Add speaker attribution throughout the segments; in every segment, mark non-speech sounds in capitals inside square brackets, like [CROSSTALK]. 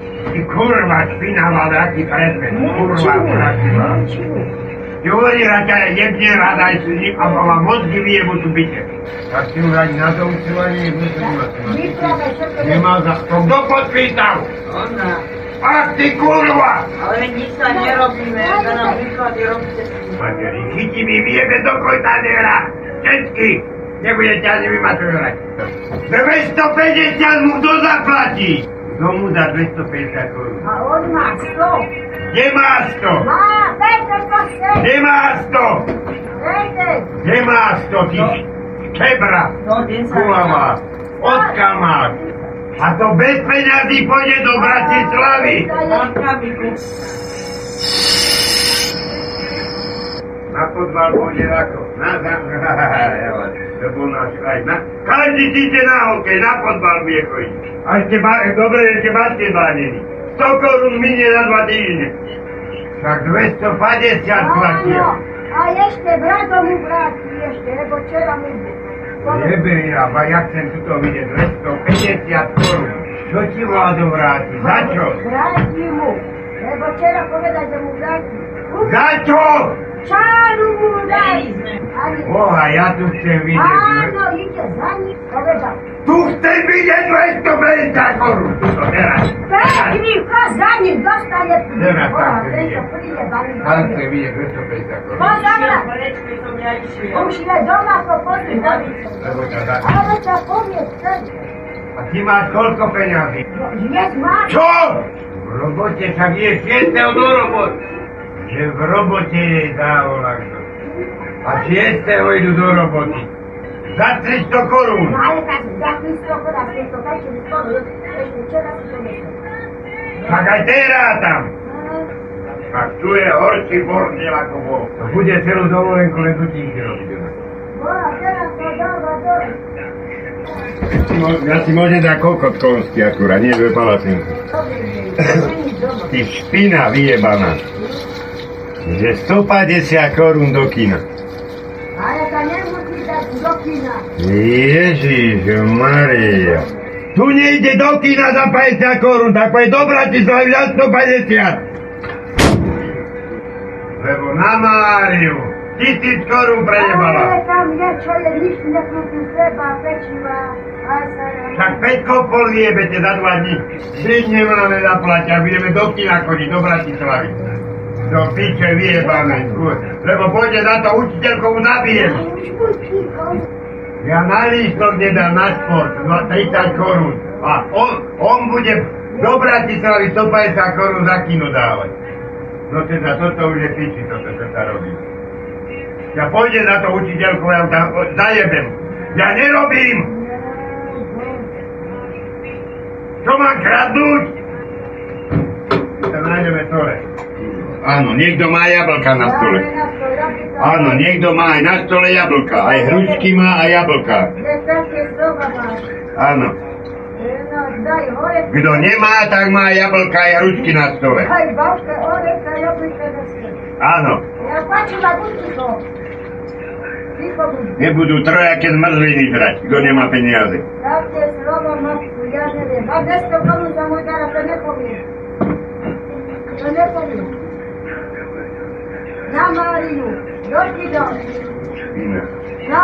Speaker 1: I kurwa kpina wadaki
Speaker 2: No,
Speaker 1: prędzej, kurwa wadaki. Jóri rata jebnie rada i syni, a mama mózgi wije mu tu bicie.
Speaker 2: Tak się urani na to utrzymanie i wrócenie matematyki. Nie ma za kto.
Speaker 1: Kto podpisał?
Speaker 3: Ona.
Speaker 1: A ty kurwa!
Speaker 3: Ale nikt nie robimy, da nam tylko nie robicie.
Speaker 1: Materiki ci mi wiemy do kontanera. Wszystkich! Nie będziecie ani wymaturzować. Żeby 150 mu do zapłaci! W domu za 250 kurwa.
Speaker 4: A on ma sto.
Speaker 1: Nie ma 100!
Speaker 4: Ma, będę poszedł.
Speaker 1: Nie ma 100!
Speaker 4: Będę.
Speaker 1: Nie ma 100 tyś! Kebra!
Speaker 3: No, więc
Speaker 1: Kula ma! Otka ma! A to bez pieniędzy pójdzie do Bratysławy!
Speaker 3: Onka mi kup.
Speaker 1: Na podwal pójdzie rako. Na zam... [LAUGHS] To był nasz kraj. Na... Każdy idzie na okę, na podwal mnie chodzi. A się ba... dobre, że się matki banili. 100 korun minie na dwa tygodnie. Tak 250
Speaker 4: A, no.
Speaker 1: płaciłem.
Speaker 4: A jeszcze brato mu brat jeszcze, bo trzeba mu
Speaker 1: Nie by ja, bo jak ten tu to widzę, 250 korun. Co ci władzą brati? Za co?
Speaker 4: Braki mu. E, Bo trzeba powiedzieć, że mu braki.
Speaker 1: Za co?
Speaker 4: Czaru mu daj. Ani...
Speaker 1: Boha, ja tu chcę widzieć.
Speaker 4: A,
Speaker 1: no.
Speaker 4: no idzie za nim. Powiedział.
Speaker 1: Tu chcę widzieć 250 korun. Tu to teraz. Teraz.
Speaker 4: Peknicha za nim dostaje.
Speaker 1: Teraz tak,
Speaker 4: O,
Speaker 1: wyjdzie.
Speaker 4: to przyjebany.
Speaker 1: Tam chcę widzieć 250 korun.
Speaker 4: No dobra.
Speaker 3: Poleczmy to mieliśmy.
Speaker 4: Musimy doma po prostu bawić.
Speaker 1: Albo gada.
Speaker 4: Ale trzeba powiedzieć, że
Speaker 1: A ty masz koliko pieniędzy?
Speaker 4: jest masz.
Speaker 1: Co? W robocie tak jest, jestem do roboty. Że w robocie dało lagno. A ty jestem ojdu do roboty. Za 300 korun.
Speaker 4: No ale tak, jak mi spoko raz, to tak się wytworzy, to się trzeba przyjechać.
Speaker 1: Bagatera tam.
Speaker 4: No,
Speaker 1: Faktuje orci bornie lakowo. To będzie celu domovem kole dutinky robimy.
Speaker 4: Bo teraz to dobra, dobra.
Speaker 2: Ja ci może da kokot konski akurat, nie wypala tym. Ty szpina wyjebana. Že 150 korún do kina.
Speaker 4: Ale to nie musi dać do kina.
Speaker 2: Ježiš Maria.
Speaker 1: Tu nie idzie do kina za 50 korun, tak powiedz do Bratisławy za 150. Lebo na Mariu, tysiąc korun
Speaker 4: Ale
Speaker 1: prejebala.
Speaker 4: tam nie czuję nic, nie kupił chleba, peciwa.
Speaker 1: Tak Peťko poliebe te za dva dni. Trzy dni mamy zaplać, a budeme do kina chodziť, do Bratislavy. Do piče vyjebanej, kur. lebo pôjde na to učiteľkovu nabijem.
Speaker 4: No,
Speaker 1: Ja na lístok nedám na sport, dva- 30 korún. A on, on bude do Bratislavy 150 korún za kino dávať. No teda toto už je piči, toto čo sa robí. Ja pôjdem na to učiteľku, ja ju tam o- zajebem. Ja nerobím! Čo mám kradnúť? Tam nájdeme tore.
Speaker 2: Áno, niekto má jablka na stole. Áno,
Speaker 1: no
Speaker 4: Ano,
Speaker 2: niekto má aj na stole jablka. Aj hručky má a jablka.
Speaker 4: Takie słowa masz.
Speaker 2: Áno.
Speaker 4: No, daj orek.
Speaker 2: Kto nemá, tak má jablka aj hručky na stole.
Speaker 4: Daj bałkę, orek, daj obryt pedestal.
Speaker 2: Áno.
Speaker 4: Ja patrzę na budki to. Cicho budki.
Speaker 2: Nebudú trojaké zmrzliny drať, kto nemá peniaze.
Speaker 4: Takie słowa masz, ja nie wiem. A bez to komu za mój teraz, to nie powiem. To nie powiem. Na Mariu, drogi do.
Speaker 2: Špina.
Speaker 4: No,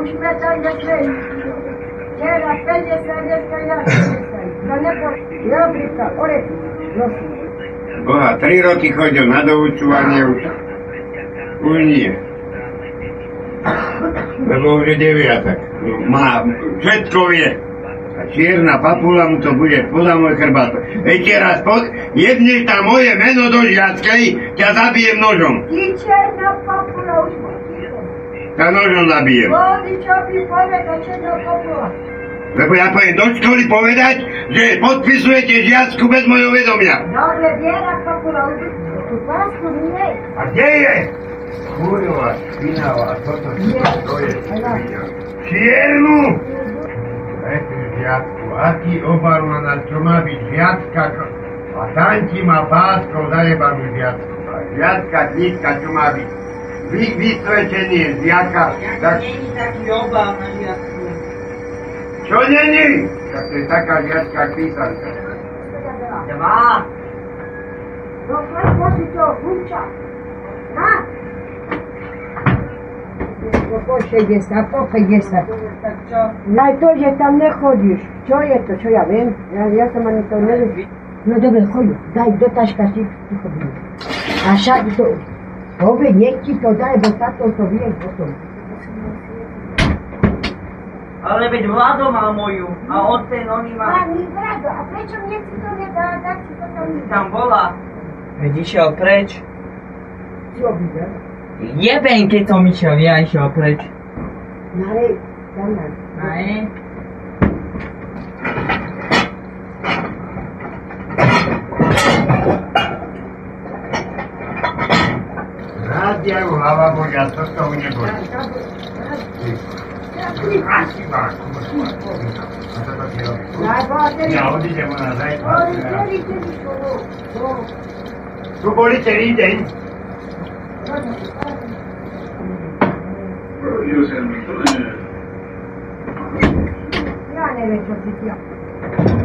Speaker 4: musimy to zakręcić. Teraz będzie sobie stajać. To nie powiem. Dobry to, orek. Losu.
Speaker 2: Boha, tri roky chodil na doučovanie už. Už nie. Lebo už je deviatak. Má, všetko vie. A čierna papula mu to bude podľa môj chrbát. Ešte raz pod, jedneš tam moje meno do žiackej, ťa zabijem nožom.
Speaker 4: Idzie na populo już bukitem.
Speaker 2: Ťa nožom zabijem.
Speaker 4: Wody ciągnie pole do ciebie populo.
Speaker 2: Lebo ja pojem do školy povedať, že podpisujete žiacku bez mojho vedomia.
Speaker 4: Dobre wiera populo już tu pasku mniej.
Speaker 1: A kde je? Kurva, špinava, toto
Speaker 4: Nie.
Speaker 1: to je
Speaker 4: Ale-
Speaker 1: špinava. Čiernu! Ešte žiadku, aký obal má na čo má byť žiadka? ko- A tanti má pásko zajebanú žiadku. A Žiadka, knižka, čo má byť? Vy, vysvedčenie žiadka, tak
Speaker 3: Jak nie jest taki oba na jadku.
Speaker 1: čo není? Tak to je taká žiadka písanka.
Speaker 4: To ja była.
Speaker 3: Dva.
Speaker 5: No svoj koži to kuća. Na! Oko 60, po 50.
Speaker 3: Tak čo?
Speaker 5: Najteže tam ne hodiš. Čo je to, čo ja vem? Ja, ja sam ani to ne vem. No dobro, hoju, daj dotaška si tiho bilo. A sad to, ove nek ti to daj, bo tato to vije gotovo.
Speaker 3: Ale veď Vlado má moju a Oten oni má...
Speaker 5: ni brado, a prečo mne si to ne da, da ti to tam
Speaker 3: Tam bola. Veď išiel preč.
Speaker 5: Čo bi brado?
Speaker 3: Jeben, keď som išiel, ja išiel preč.
Speaker 5: Nare, tam nam.
Speaker 3: Aj.
Speaker 1: Rádia u hlava božia, to to u neboj. Asi má, kurva. A to to ti robí.
Speaker 5: Daj, bo, teri.
Speaker 1: Ja odídem ona zajtra.
Speaker 5: Oni, teri, teri, ovo. Ovo.
Speaker 1: Tu boli celý deň.
Speaker 5: Ja ne vem čo ti ti ja.